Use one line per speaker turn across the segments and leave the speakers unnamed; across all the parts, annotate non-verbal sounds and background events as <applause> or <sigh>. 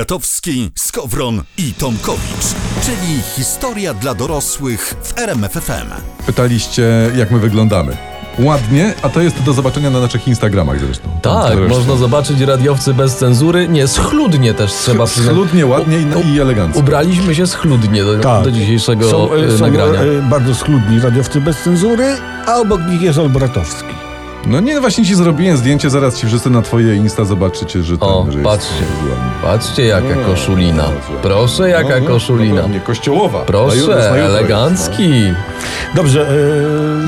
Olbratowski, Skowron i Tomkowicz, czyli historia dla dorosłych w RMFFM.
Pytaliście, jak my wyglądamy. Ładnie, a to jest do zobaczenia na naszych Instagramach zresztą. Tam
Tak,
zresztą.
można zobaczyć radiowcy bez cenzury. Nie, schludnie też trzeba przyznać.
Schludnie, ładnie i, i elegancko.
Ubraliśmy się schludnie do,
Tak.
do dzisiejszego
Są, e,
e,
są
nagrania.
e, bardzo schludni radiowcy bez cenzury, a obok nich jest Olbratowski.
No nie, no właśnie ci zrobiłem zdjęcie, zaraz ci wrzucę na twoje Insta, zobaczycie, że ten,
O,
że
patrzcie.
jest ładnie.
Patrzcie jaka koszulina. Proszę jaka
no,
koszulina.
No, nie, kościołowa. Na jutro- na
Proszę,
jutro jest, no.
elegancki.
Dobrze,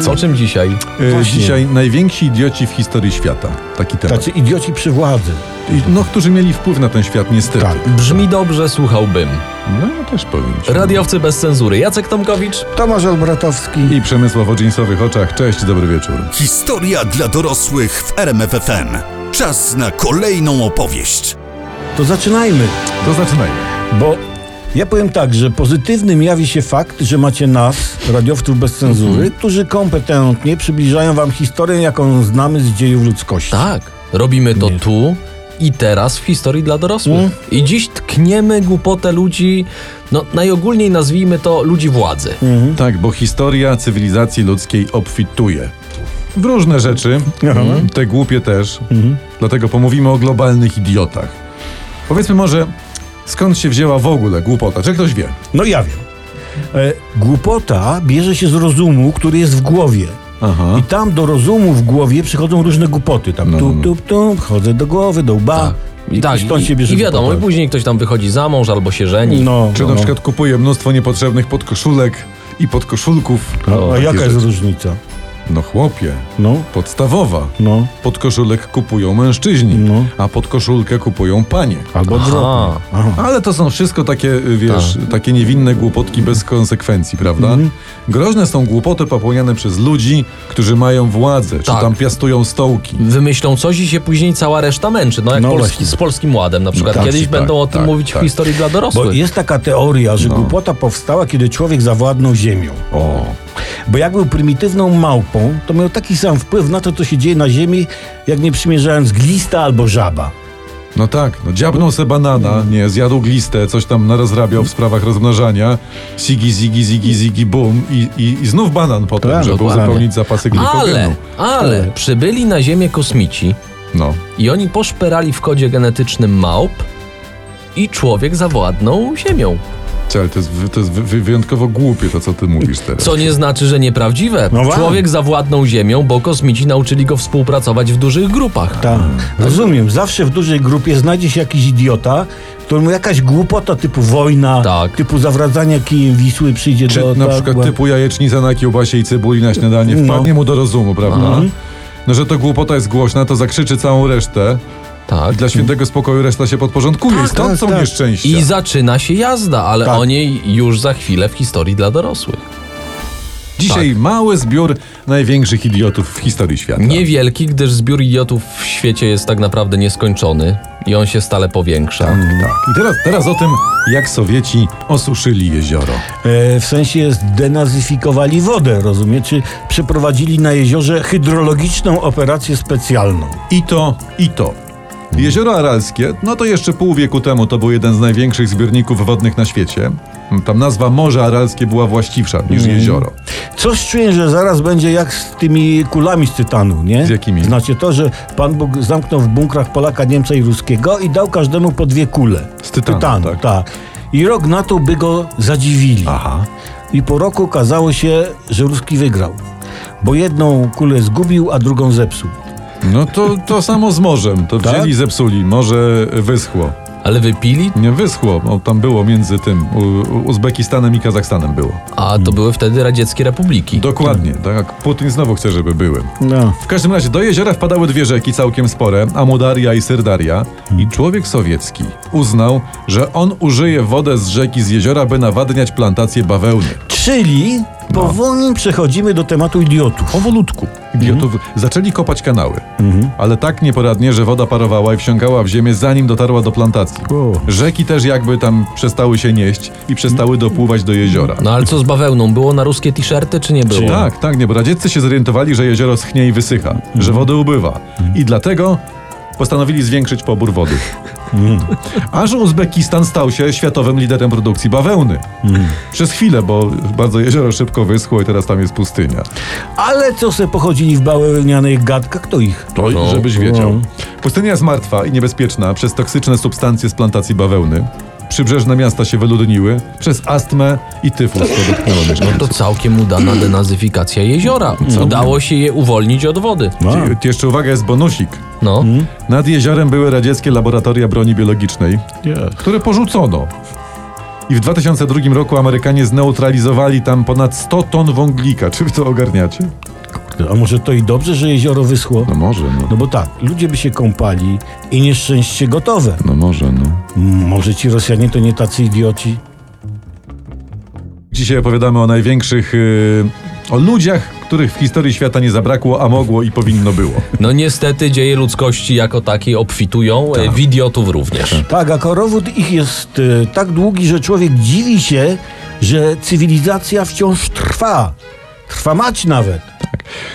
e,
O czym dzisiaj?
E,
Właśnie.
Dzisiaj najwięksi idioci w historii świata. Taki temat.
tacy znaczy idioci przy władzy.
I, no, którzy mieli wpływ na ten świat, niestety.
Tak.
Brzmi dobrze, słuchałbym.
No ja też powiem ci.
Radiowcy bez cenzury. Jacek Tomkowicz.
Tomasz Olbratowski.
I Przemysław o dżinsowych oczach. Cześć, dobry wieczór.
Historia dla dorosłych w RMFFM. Czas na kolejną opowieść.
To zaczynajmy,
To zaczynajmy.
bo ja powiem tak, że pozytywnym jawi się fakt, że macie nas, radiowców bez cenzury,
Mhm.
którzy kompetentnie przybliżają wam historię, jaką znamy z dziejów ludzkości.
Tak, robimy to tu i teraz w historii dla dorosłych.
Mm.
I dziś tkniemy głupotę ludzi, no najogólniej nazwijmy to ludzi władzy.
Tak, bo historia cywilizacji ludzkiej obfituje. W różne rzeczy, mm, te głupie też,
Mhm.
dlatego pomówimy o globalnych idiotach. Powiedzmy może, skąd się wzięła w ogóle głupota? Czy ktoś wie?
No ja wiem. E, głupota bierze się z rozumu, który jest w głowie.
Aha.
I tam do rozumu w głowie przychodzą różne głupoty. Tam
No,
tu,
no.
tu, tu, chodzę do głowy, do łba. I,
tak,
stąd
i,
się bierze
i wiadomo, i
głupota.
później ktoś tam wychodzi za mąż albo się żeni.
No,
Czy
no,
na
no.
przykład kupuje mnóstwo niepotrzebnych podkoszulek i podkoszulków?
No, a
Takie
jaka jest
rzeczy.
różnica?
No chłopie,
No,
podstawowa.
no.
Podkoszulek kupują mężczyźni,
No.
a podkoszulkę kupują panie.
Albo odwrotnie.
Aha.
Aha.
Ale to są wszystko takie, y, wiesz,
Tak.
takie niewinne głupotki bez konsekwencji, prawda?
Mhm.
Groźne są głupoty popełniane przez ludzi, którzy mają władzę, czy
Tak.
tam piastują stołki.
Wymyślą coś i się później cała reszta męczy. No jak
No
Polski,
właśnie. No
z Polskim Ładem na przykład.
tak,
Kiedyś
tak,
będą o tym
tak,
mówić
tak.
w historii dla
Bo
dorosłych.
jest taka teoria, że głupota powstała, kiedy człowiek zawładnął ziemią.
O,
Bo jak był prymitywną małpą, to miał taki sam wpływ na to, co się dzieje na ziemi, jak nie przymierzając glista albo żaba.
no tak, no dziabnął se banana, nie, zjadł glistę, coś tam narozrabiał w sprawach rozmnażania, sigi, zigi, zigi, zigi, bum i, i, i znów banan potem,
Tak,
żeby
dokładnie.
uzupełnić zapasy glikogenu.
ale, ale przybyli na Ziemię kosmici
No,
i oni poszperali w kodzie genetycznym małp i człowiek zawładnął Ziemią.
Cześć, ale to jest, wy- to jest wy- wy- wyjątkowo głupie to, co ty mówisz teraz.
Co nie znaczy, że nieprawdziwe.
No właśnie.
Człowiek zawładnął ziemią, bo kosmici nauczyli go współpracować w dużych grupach.
Tak. Rozumiem, zawsze w dużej grupie znajdzie się jakiś idiota, któremu jakaś głupota typu wojna,
Tak.
typu zawradzanie kijem Wisły przyjdzie
Czy
do...
na
tak,
przykład
bo-
typu jajecznica na kiełbasie i cebuli na śniadanie
No. Mhm.
wpadnie mu do rozumu, prawda? No, że to głupota jest głośna, to zakrzyczy całą resztę.
Tak.
I dla świętego spokoju reszta się podporządkuje. I stąd
Mhm. tak,
są
tak.
nieszczęścia.
I zaczyna się jazda, ale
Tak.
o niej już za chwilę w historii dla dorosłych.
Dzisiaj
tak.
mały zbiór największych idiotów w historii świata.
Niewielki, gdyż zbiór idiotów w świecie jest tak naprawdę nieskończony i on się stale powiększa.
Tak. I teraz, teraz o tym, jak Sowieci osuszyli jezioro.
E, w sensie zdenazyfikowali wodę, rozumie? Czy przeprowadzili na jeziorze hydrologiczną operację specjalną.
I to, i to. Jezioro Aralskie, no to jeszcze pół wieku temu to był jeden z największych zbiorników wodnych na świecie. Tam nazwa Morze Aralskie była właściwsza niż
Mhm.
jezioro.
Coś czuję, że zaraz będzie jak z tymi kulami z tytanu, nie?
Z jakimi?
Znacie to, że Pan Bóg zamknął w bunkrach Polaka, Niemca i Ruskiego i dał każdemu po dwie kule.
Z tytanu, tak.
I rok na to by go zadziwili.
Aha.
I po roku okazało się, że Ruski wygrał. Bo jedną kulę zgubił, a drugą zepsuł.
No to, to samo z morzem. To
Tak?
wzięli i zepsuli. Morze wyschło.
Ale wypili,
Nie wyschło, bo tam było między tym U- U- Uzbekistanem i Kazachstanem było.
a to były wtedy radzieckie republiki.
Dokładnie, tak jak Putin znowu chce, żeby były.
No.
W każdym razie do jeziora wpadały dwie rzeki całkiem spore, Amudaria i Syrdaria i człowiek sowiecki uznał, że on użyje wodę z rzeki z jeziora, by nawadniać plantacje bawełny.
Czyli powoli przechodzimy do tematu idiotów.
Powolutku. Idiotów Mhm. zaczęli kopać kanały, ale tak nieporadnie, że woda parowała i wsiąkała w ziemię, zanim dotarła do plantacji.
O.
Rzeki też jakby tam przestały się nieść i przestały dopływać do jeziora.
No ale co z bawełną? Było na ruskie t-shirty, czy nie było?
Tak, tak, nie, bo radzieccy się zorientowali, że jezioro schnie i wysycha, że wody ubywa. I dlatego postanowili zwiększyć pobór wody. Aż Uzbekistan stał się światowym liderem produkcji bawełny. Przez chwilę, bo bardzo jezioro szybko wyschło i teraz tam jest pustynia.
Ale co se pochodzili w bawełnianych gadkach, to ich.
To
No.
żebyś wiedział. Pustynia jest martwa i niebezpieczna przez toksyczne substancje z plantacji bawełny. Przybrzeżne miasta się wyludniły przez astmę i <laughs> tyfus, co dotknęło mieszkańców.
No To całkiem udana denazyfikacja jeziora.
No,
Udało się je uwolnić od wody.
Ci- ci Jeszcze uwaga, jest bonusik.
No.
Nad jeziorem były radzieckie laboratoria broni biologicznej, które porzucono. I w 2002 roku Amerykanie zneutralizowali tam ponad 100 ton wąglika. Czy wy to ogarniacie?
A może to i dobrze, że jezioro wyschło?
No może, no.
No bo tak, ludzie by się kąpali i nieszczęście gotowe.
No może, no.
Może ci Rosjanie to nie tacy idioci?
Dzisiaj opowiadamy o największych... y, o ludziach, których w historii świata nie zabrakło, a mogło i powinno było.
No niestety dzieje ludzkości jako takiej obfitują, tak. w idiotów również.
Tak, a korowód ich jest e, tak długi, że człowiek dziwi się, że cywilizacja wciąż trwa. Trwa mać nawet.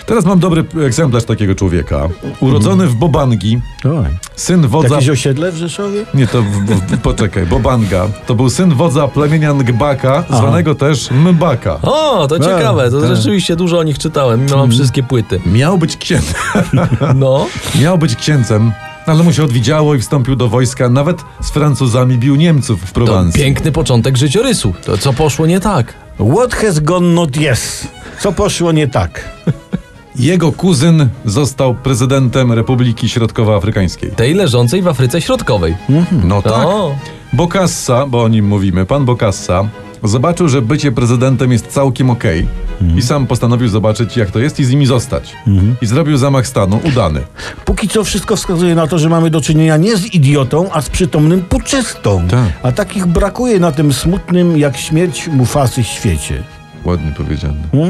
Teraz mam dobry egzemplarz takiego człowieka. Urodzony w Bobangi,
Oj.
syn wodza...
Jakieś osiedle w Rzeszowie?
Nie, to w, w, poczekaj, Bobanga. To był syn wodza plemienia Ngbaka, zwanego też Mbaka.
O, to ciekawe, to
tak. Mhm.
rzeczywiście dużo o nich czytałem, no, mam wszystkie płyty.
Miał być, księd...
No,
<laughs> Miał być księcem, ale mu się odwidziało i wstąpił do wojska. Nawet z Francuzami bił Niemców w
to
Prowansji.
piękny początek życiorysu. To co poszło nie tak?
What has gone not yes? Co poszło nie tak?
Jego kuzyn został prezydentem Republiki Środkowoafrykańskiej.
Tej leżącej w Afryce Środkowej.
Mhm,
No tak.
O,
Bokassa, bo o nim mówimy, pan Bokassa zobaczył, że bycie prezydentem jest całkiem okej
Mhm.
i sam postanowił zobaczyć, jak to jest i z nimi zostać. I zrobił zamach stanu, udany.
Póki co wszystko wskazuje na to, że mamy do czynienia nie z idiotą, a z przytomnym puczystą.
Tak.
A takich brakuje na tym smutnym jak śmierć mufasy świecie.
Ładnie powiedziane.
No.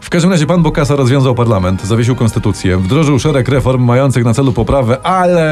W każdym razie pan Bokassa rozwiązał parlament, zawiesił konstytucję, wdrożył szereg reform mających na celu poprawę, ale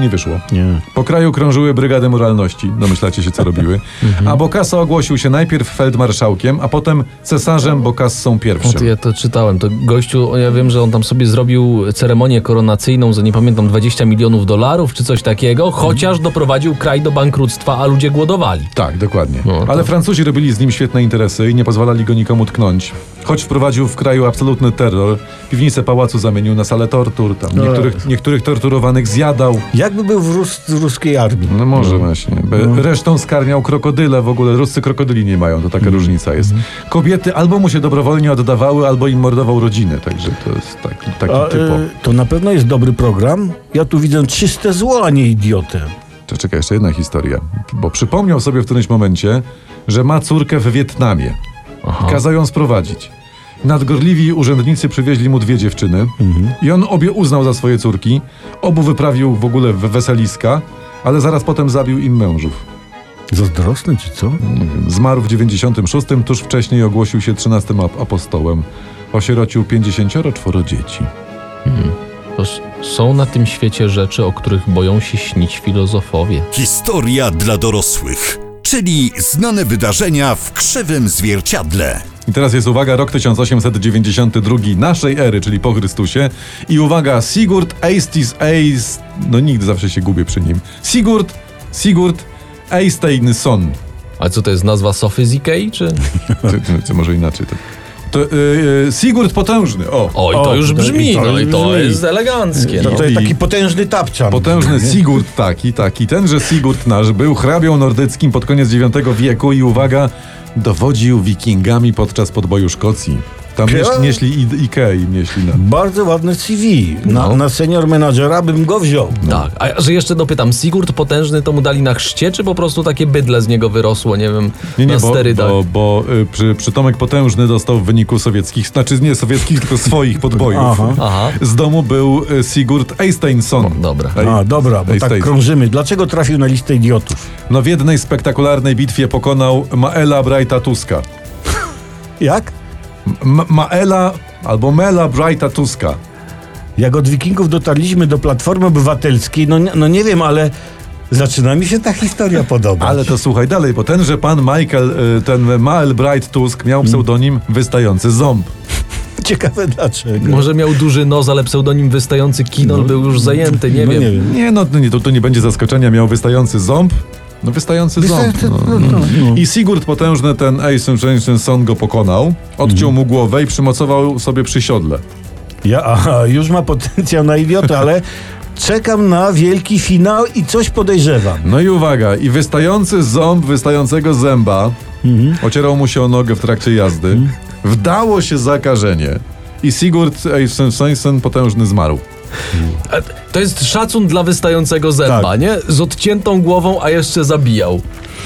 nie wyszło.
Nie.
Po kraju krążyły brygady moralności, domyślacie się co robiły,
<laughs> Mhm.
a Bokassa ogłosił się najpierw feldmarszałkiem, a potem cesarzem Bokassą
No to
I.
ja to czytałem. To gościu, ja wiem, że on tam sobie zrobił ceremonię koronacyjną za nie pamiętam 20 milionów dolarów czy coś takiego, chociaż doprowadził kraj do bankructwa, a ludzie głodowali.
Tak, dokładnie.
No, to-
Ale Francuzi robili z nim świetne interesy i nie pozwalali go nikomu tknąć. Choć wprowadził w kraju absolutny terror, piwnicę pałacu zamienił na salę tortur, tam niektórych, niektórych torturowanych zjadał.
Jakby był w, Rus- w ruskiej armii.
No może właśnie. Be- Resztą skarmiał krokodyle. W ogóle ruscy krokodyli nie mają, to taka różnica jest. Kobiety albo mu się dobrowolnie oddawały, albo im mordował rodziny. Także to jest taki, taki
A,
typo.
e, to na pewno jest dobry program. Ja tu widzę czyste zło, a nie idiotę.
To czekaj, jeszcze jedna historia. Bo przypomniał sobie w którymś momencie, że ma córkę w Wietnamie. Kazał ją sprowadzić. Nadgorliwi urzędnicy przywieźli mu dwie dziewczyny i on obie uznał za swoje córki. Obu wyprawił w ogóle w weseliska, ale zaraz potem zabił im mężów.
Zazdrosny czy co?
Zmarł w 96, tuż wcześniej ogłosił się 13 ap- apostołem. Osierocił 54 dzieci.
To s- są na tym świecie rzeczy, o których boją się śnić filozofowie.
Historia dla dorosłych, czyli znane wydarzenia w krzywym zwierciadle.
I teraz jest uwaga, rok 1892 naszej ery, czyli po Chrystusie. I uwaga, Sigurd Eistis Eis... No nigdy zawsze się gubię przy nim. Sigurd, Sigurd Eysteinsson.
A co to jest nazwa Sofy z Ikei, czy?
Czy, czy, czy może inaczej to... Tak. to y, y, Sigurd Potężny, o.
Oj, to
O,
już
to-
brzmi,
i to
no i to
brzmi.
jest eleganckie.
To,
No.
to jest taki potężny tapczan.
Potężny Sigurd taki, taki. Tenże Sigurd nasz był hrabią nordyckim pod koniec IX wieku i uwaga, dowodził wikingami podczas podboju Szkocji. Tam
Kio?
nieś, nieśli i- Ikei, nieśli na...
Bardzo ładny CV. Na,
No.
na senior menadżera bym go wziął.
Tak, a ja- że jeszcze dopytam, Sigurd potężny to mu dali na chrzcie, czy po prostu takie bydle z niego wyrosło, nie wiem,
Nie, nie,
na
bo,
sterydach?
bo, bo y, przy, przytomek potężny dostał w wyniku sowieckich, znaczy nie sowieckich, tylko swoich podbojów.
Aha.
Aha.
Z domu był y, Sigurd Eysteinsson.
Dobra.
Ej,
A, dobra, bo
Ej,
tak
stoi.
krążymy. Dlaczego trafił na listę idiotów?
No w jednej spektakularnej bitwie pokonał Maela Brighta Tuska.
Jak?
M- Maela albo Mela Brighta Tuska.
Jak od wikingów dotarliśmy do Platformy Obywatelskiej, no, nie- no nie wiem, ale zaczyna mi się ta historia podobać.
Ale to słuchaj dalej, bo tenże pan Michael, y, ten Mael Bright Tusk miał pseudonim Wystający Ząb.
Ciekawe dlaczego.
Może miał duży nos, ale pseudonim wystający kinol był już zajęty, nie
no,
wiem.
nie wiem.
Nie, no to nie, to, to nie będzie zaskoczenia. Miał wystający ząb. No wystający,
Wystarczy-
ząb. No.
no, no, no.
I Sigurd potężny ten Ace Son go pokonał, odciął mu głowę i przymocował sobie przy siodle.
Ja, aha, już ma potencjał na idiota, ale czekam na wielki finał i coś podejrzewam.
No i uwaga, i wystający ząb wystającego zęba ocierał mu się o nogę w trakcie jazdy. Wdało się zakażenie i Sigurd Eisenstein potężny zmarł.
A To jest szacun dla wystającego zęba,
Tak.
nie? Z odciętą głową, a jeszcze zabijał.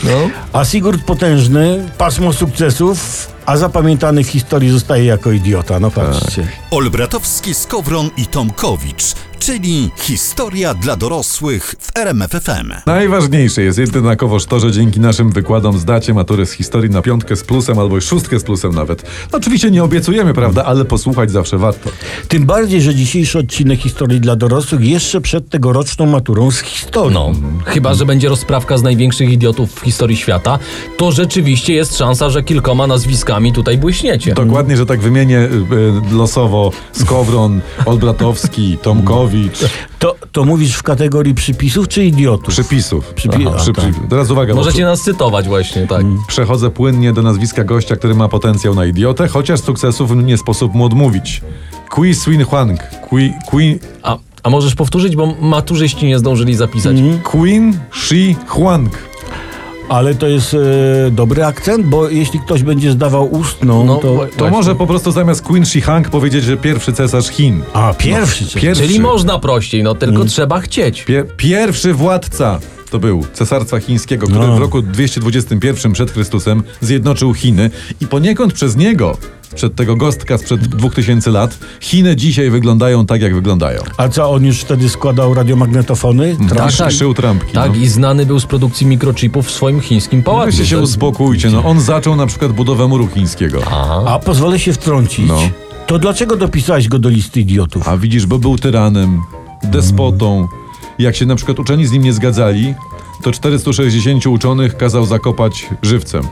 No.
A Sigurd potężny, pasmo sukcesów, a zapamiętany w historii zostaje jako idiota. No patrzcie.
Olbratowski, Skowron i Tomkowicz, czyli historia dla dorosłych w RMFFM.
Najważniejsze jest jednakowoż to, że dzięki naszym wykładom zdacie maturę z historii na piątkę z plusem albo i szóstkę z plusem nawet. No, oczywiście nie obiecujemy, prawda, ale posłuchać zawsze warto.
Tym bardziej, że dzisiejszy odcinek historii dla dorosłych jeszcze przed tegoroczną maturą z historii.
No, chyba że będzie rozprawka z największych idiotów w historii świata, to rzeczywiście jest szansa, że kilkoma nazwiskami tutaj błyśniecie.
Dokładnie, że tak wymienię y, y, losowo Skowron, Olbratowski, Tomkowicz,
To, to mówisz w kategorii przypisów czy idiotów?
przypisów.
Przypi-
Aha,
a,
przy,
tak.
przy- Teraz uwaga. bo-
Możecie nas cytować właśnie, tak.
Przechodzę płynnie do nazwiska gościa, który ma potencjał na idiotę, chociaż sukcesów nie sposób mu odmówić. Kui Swin Huang. Kui, kui,
A, a możesz powtórzyć, bo maturzyści nie zdążyli zapisać.
Mm. Queen Shi Huang.
Ale to jest e, dobry akcent, bo jeśli ktoś będzie zdawał ustną,
No,
to...
wła-
To może po prostu zamiast Queen Shi Huang powiedzieć, że pierwszy cesarz Chin.
A, pierwszy. No,
Pierwszy,
Czyli można prościej, no tylko trzeba chcieć.
pie, pierwszy władca to był cesarstwa chińskiego, który
No.
w roku 221 przed Chrystusem zjednoczył Chiny i poniekąd przez niego, przed tego gostka sprzed 2000 lat, Chiny dzisiaj wyglądają tak, jak wyglądają.
A co, on już wtedy składał radiomagnetofony? Tra-
Trump
tak.
szył trampki.
Tak,
no.
i znany był z produkcji mikrochipów w swoim chińskim pałacu.
Weźcie się
tak.
Ten-
uspokójcie, no on zaczął na przykład budowę muru chińskiego.
A pozwolę się wtrącić.
No.
To dlaczego dopisałeś go do listy <laughs> idiotów?
A widzisz, bo był tyranem, despotą. Jak się na przykład uczeni z nim nie zgadzali, to 460 uczonych kazał zakopać żywcem.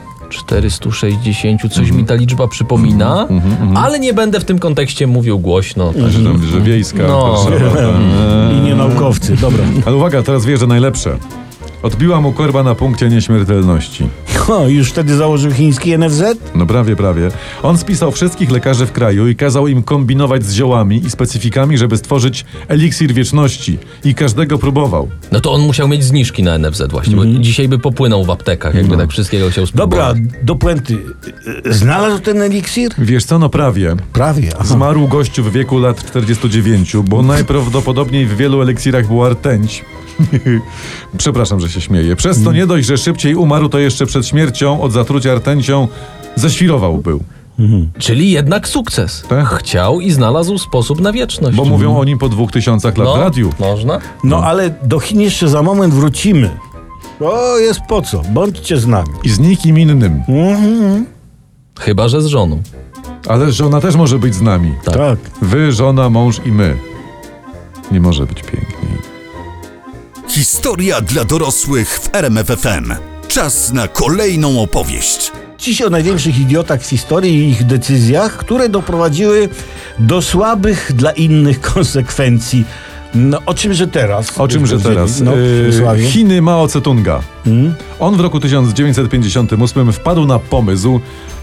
460, coś mi ta liczba przypomina,
Mhm,
ale nie będę w tym kontekście mówił głośno.
Że tam, że wiejska.
No.
Warszawa, tak.
I nie naukowcy, dobra.
Ale uwaga, teraz wierzę najlepsze. Odbiła mu korba na punkcie nieśmiertelności.
O, już wtedy założył chiński NFZ?
No prawie, prawie. On spisał wszystkich lekarzy w kraju i kazał im kombinować z ziołami i specyfikami, żeby stworzyć eliksir wieczności. I każdego próbował.
No to on musiał mieć zniżki na NFZ właśnie, bo
Mhm.
dzisiaj by popłynął w aptekach,
No.
jakby tak wszystkiego chciał spróbować.
Dobra, do puenty. E, Znalazł ten eliksir?
Wiesz co, no prawie.
Prawie. Aha.
Zmarł gościu w wieku lat 49, bo najprawdopodobniej w wielu eliksirach była rtęć. <laughs> Przepraszam, że się śmieję. Przez to nie dość, że szybciej umarł, to jeszcze przed śmiercią od zatrucia rtęcią zaświrował był.
Czyli jednak sukces.
Tak.
Chciał i znalazł sposób na wieczność.
Bo mówią o nim po dwóch tysiącach
No.
lat w radiu.
Można?
No ale do Chin jeszcze za moment wrócimy. O, jest po co. Bądźcie z nami.
I z nikim innym.
Chyba, że z żoną.
Ale żona też może być z nami.
Tak.
Tak.
Wy, żona, mąż i my. Nie może być piękniej.
Historia dla dorosłych w RMFFM. Czas na kolejną opowieść.
Dziś o największych idiotach w historii i ich decyzjach, które doprowadziły do słabych dla innych <laughs> konsekwencji. No, o czymże teraz?
O czym, że teraz?
No,
Yy,
Sławie.
Chiny Mao Tse-tunga. On w roku 1958 wpadł na pomysł,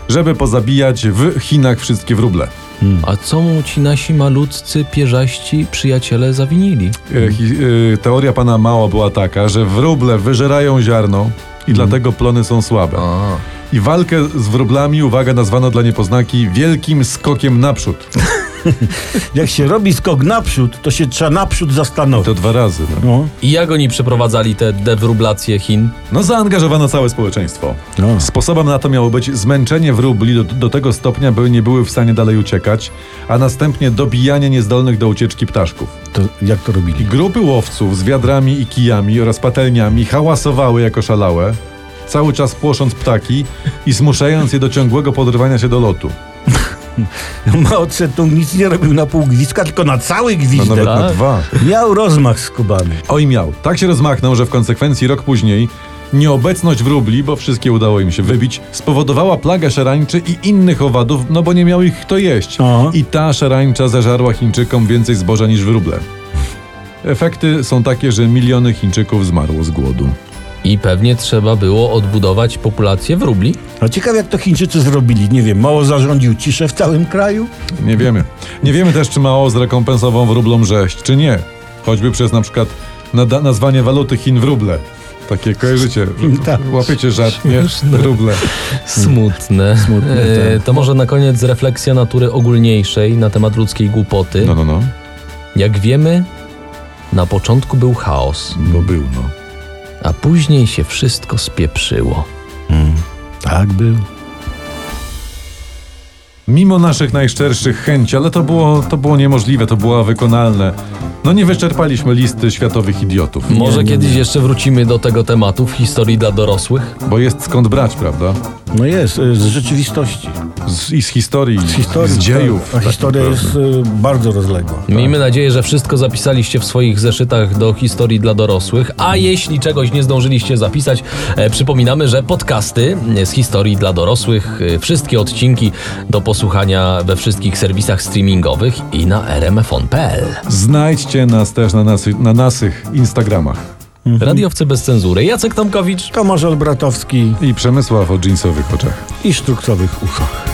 żeby pozabijać w Chinach wszystkie wróble. Y, Mm.
A co mu ci nasi malutcy, pierzaści przyjaciele zawinili?
Yy, hi- yy, Teoria pana Mao była taka, że wróble wyżerają ziarno i dlatego plony są słabe.
A.
I walkę z wróblami, uwaga, nazwano dla niepoznaki wielkim skokiem naprzód.
Jak się robi skok naprzód, to się trzeba
I
naprzód
to
zastanowić.
dwa razy. No.
No.
I jak oni przeprowadzali te dewrublacje Chin?
No zaangażowano całe społeczeństwo.
No.
Sposobem na to miało być zmęczenie wróbli do, do tego stopnia, by nie były w stanie dalej uciekać, a następnie dobijanie niezdolnych do ucieczki ptaszków.
To jak to robili? <laughs>
Grupy łowców z wiadrami i kijami oraz patelniami hałasowały jako szalałe, cały czas płosząc ptaki i zmuszając je do ciągłego podrywania się do lotu.
Mao Tse-tung nic nie robił na pół gwizdka, tylko na cały
No
gwizdek.
nawet na
Tak.
dwa.
Miał rozmach skubany.
Oj miał. Tak się rozmachnął, że w konsekwencji rok później Nieobecność wróbli, bo wszystkie udało im się wybić, spowodowała plagę szarańczy i innych owadów, no bo nie miał ich kto jeść.
Aha.
I ta szarańcza zażarła Chińczykom więcej zboża niż wróble. Efekty są takie, że miliony Chińczyków zmarło z głodu.
I pewnie trzeba było odbudować populację wróbli.
A No ciekawe, jak to Chińczycy zrobili. Nie wiem, mało zarządził ciszę w całym kraju?
Nie wiemy. Nie wiemy też, czy Mao zrekompensował wróblom rzeź, czy nie. Choćby przez na przykład nada- nazwanie waluty Chin wróble. Takie kojarzycie.
Tak.
Łapiecie żart, nie? Wróble.
Smutne.
Smutne,
E, to może na koniec refleksja natury ogólniejszej na temat ludzkiej głupoty.
No, no, no.
Jak wiemy, na początku był chaos,
Bo był, no.
a później się wszystko spieprzyło.
Tak był.
Mimo naszych najszczerszych chęci, ale to było, to było niemożliwe, to było wykonalne. No nie wyczerpaliśmy listy światowych idiotów.
Może kiedyś jeszcze wrócimy do tego tematu w historii dla dorosłych?
Bo jest skąd brać, prawda?
No jest, y, z rzeczywistości.
Z, I z historii,
Z historii.
z dziejów.
A
tak
historia
naprawdę.
jest y, bardzo rozległa.
Miejmy nadzieję, że wszystko zapisaliście w swoich zeszytach do historii dla dorosłych, a jeśli czegoś nie zdążyliście zapisać, e, przypominamy, że podcasty e, z historii dla dorosłych, e, wszystkie odcinki do posłuchania we wszystkich serwisach streamingowych i na rmfon.pl.
Znajdźcie nas też na, nasy, na naszych Instagramach.
Radiowcy bez cenzury. Jacek Tomkowicz.
Tomasz Olbratowski
I Przemysław o dżinsowych oczach.
i sztukcowych uszach.